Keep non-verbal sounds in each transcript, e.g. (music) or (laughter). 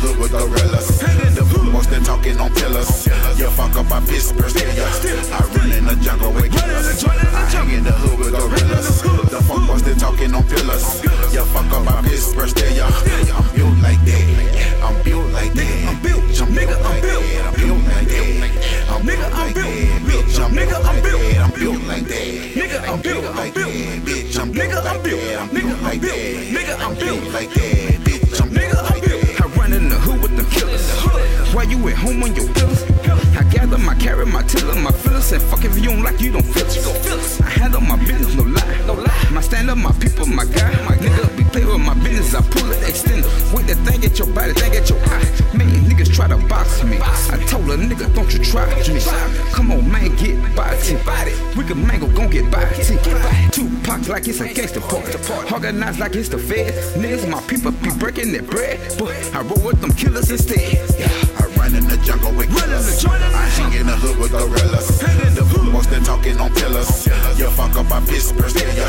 Cinderellas. The most they talking on pillars. You fuck up, I piss burst in ya. I run in the jungle with killers. I hang in the hood with gorillas. The fuck most they talking on pillars. You fuck up, I piss burst in ya. I'm built like that. I'm built like that. I'm built, nigga. I'm built. I'm built like that. I'm nigga. I'm built. Bitch, I'm nigga. I'm built. I'm built like that. Nigga, I'm built. I'm built. Bitch, I'm nigga. I'm built. I'm built like that. Nigga, I'm built like that. Bitch, I'm Nigga, I'm built. I run in the hood with them killers. Why you at home on your pillars? I gather my carry, my tiller, my fillers, and fuck if you don't like, you don't feel us. I handle my business, no lie, no lie. My stand up, my people, my guy, my nigga. Be play with my business, I pull it, extend it. With the thing at your body, thing at your eye. Man, niggas try to box me. I told a nigga, don't you try me. Come on, man, get by T. We can mango, gon' get by T. Two pox like it's a gangster party. Organized like it's the feds. Niggas, my people be breaking their bread. But I roll with them killers instead. I run in the jungle with killers. I hang in the hood with gorillas. The most they talking on pillars. You fuck up, I piss burst in ya.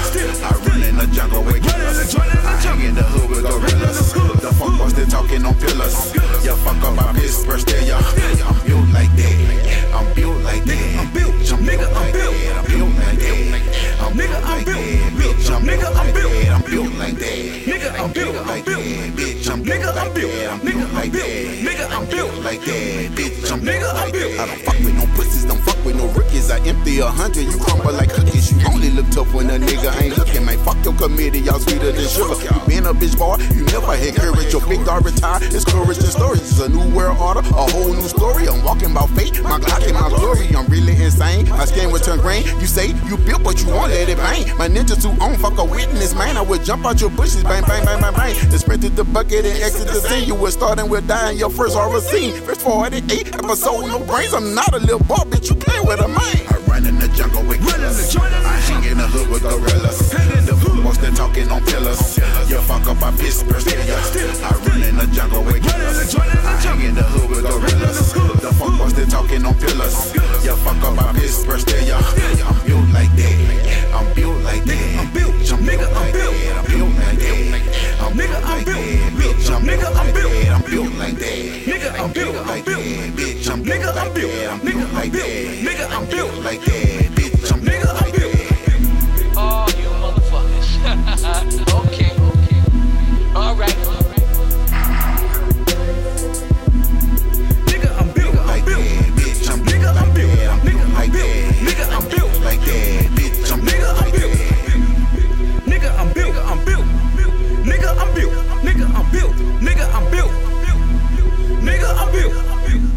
I run in the jungle with killers. I hang in the hood with gorillas. The fuck most they talking on pillars. You fuck up, I piss burst in ya. I'm built like that. I'm built like that. I'm built, nigga. I'm built. I'm built like that. I'm nigga. I'm built. Bitch, I'm nigga. I'm built. I'm built like that. Nigga, I'm built. I'm built. Bitch, I'm nigga. I'm built. I'm built like that. Nigga, I'm built like that. Bitch, I'm nigga. I'm built. I don't fuck with no pussies. Don't fuck with no rookies. I empty a hundred. You crumble like cookies. You only look tough when a nigga ain't looking. Man, fuck your committee. Y'all sweeter than sugar. You been a bitch bar. You never had courage. Your big dog retired. It's courage and stories. It's a new world order. A whole new story. I'm walking by faith. My Glock in my glory. I'm really insane. My skin will turn green. You say you built, but you won't let it bang. My ninja too on. Fuck a witness, man. I would jump out your bushes. Bang, bang, bang, bang, bang. And sprint to the bucket and exit the scene. You were starting with dying. Your first horror scene. First 48 episode. No brains. I'm not a little bar, bitch. You play with a man. I run in the jungle with killers. I hang in the hood with gorillas. The most they talking on pillars. You fuck up, I piss burst in ya. I run in the jungle with killers. I hang in the hood with gorillas. The fuck most they talking on pillars. You fuck up, I piss burst in ya. I'm built like that. I'm built like that. I'm built, nigga. I'm built. I'm built like that. I'm nigga. I'm built. Bitch, I'm nigga. I'm built. I'm built like that. Nigga, I'm built. I'm built. Bitch, I'm nigga. I'm built. I'm built like that. Nigga, I'm built like that. Bitch, I'm nigga. I'm built. Oh, you motherfuckers. (laughs) okay. All right. Nigga, I'm built, I'm Like built. that. Bitch, I'm Nigga, built. I'm built. I'm built Nigga, I'm like built. that. Nigga, I'm built. Like that. Bitch, I'm built Nigga, I'm like built. that. Nigga, I'm built. I'm built. Nigga, I'm built. Nigga, I'm built. Nigga, I'm built. Nigga, I'm built.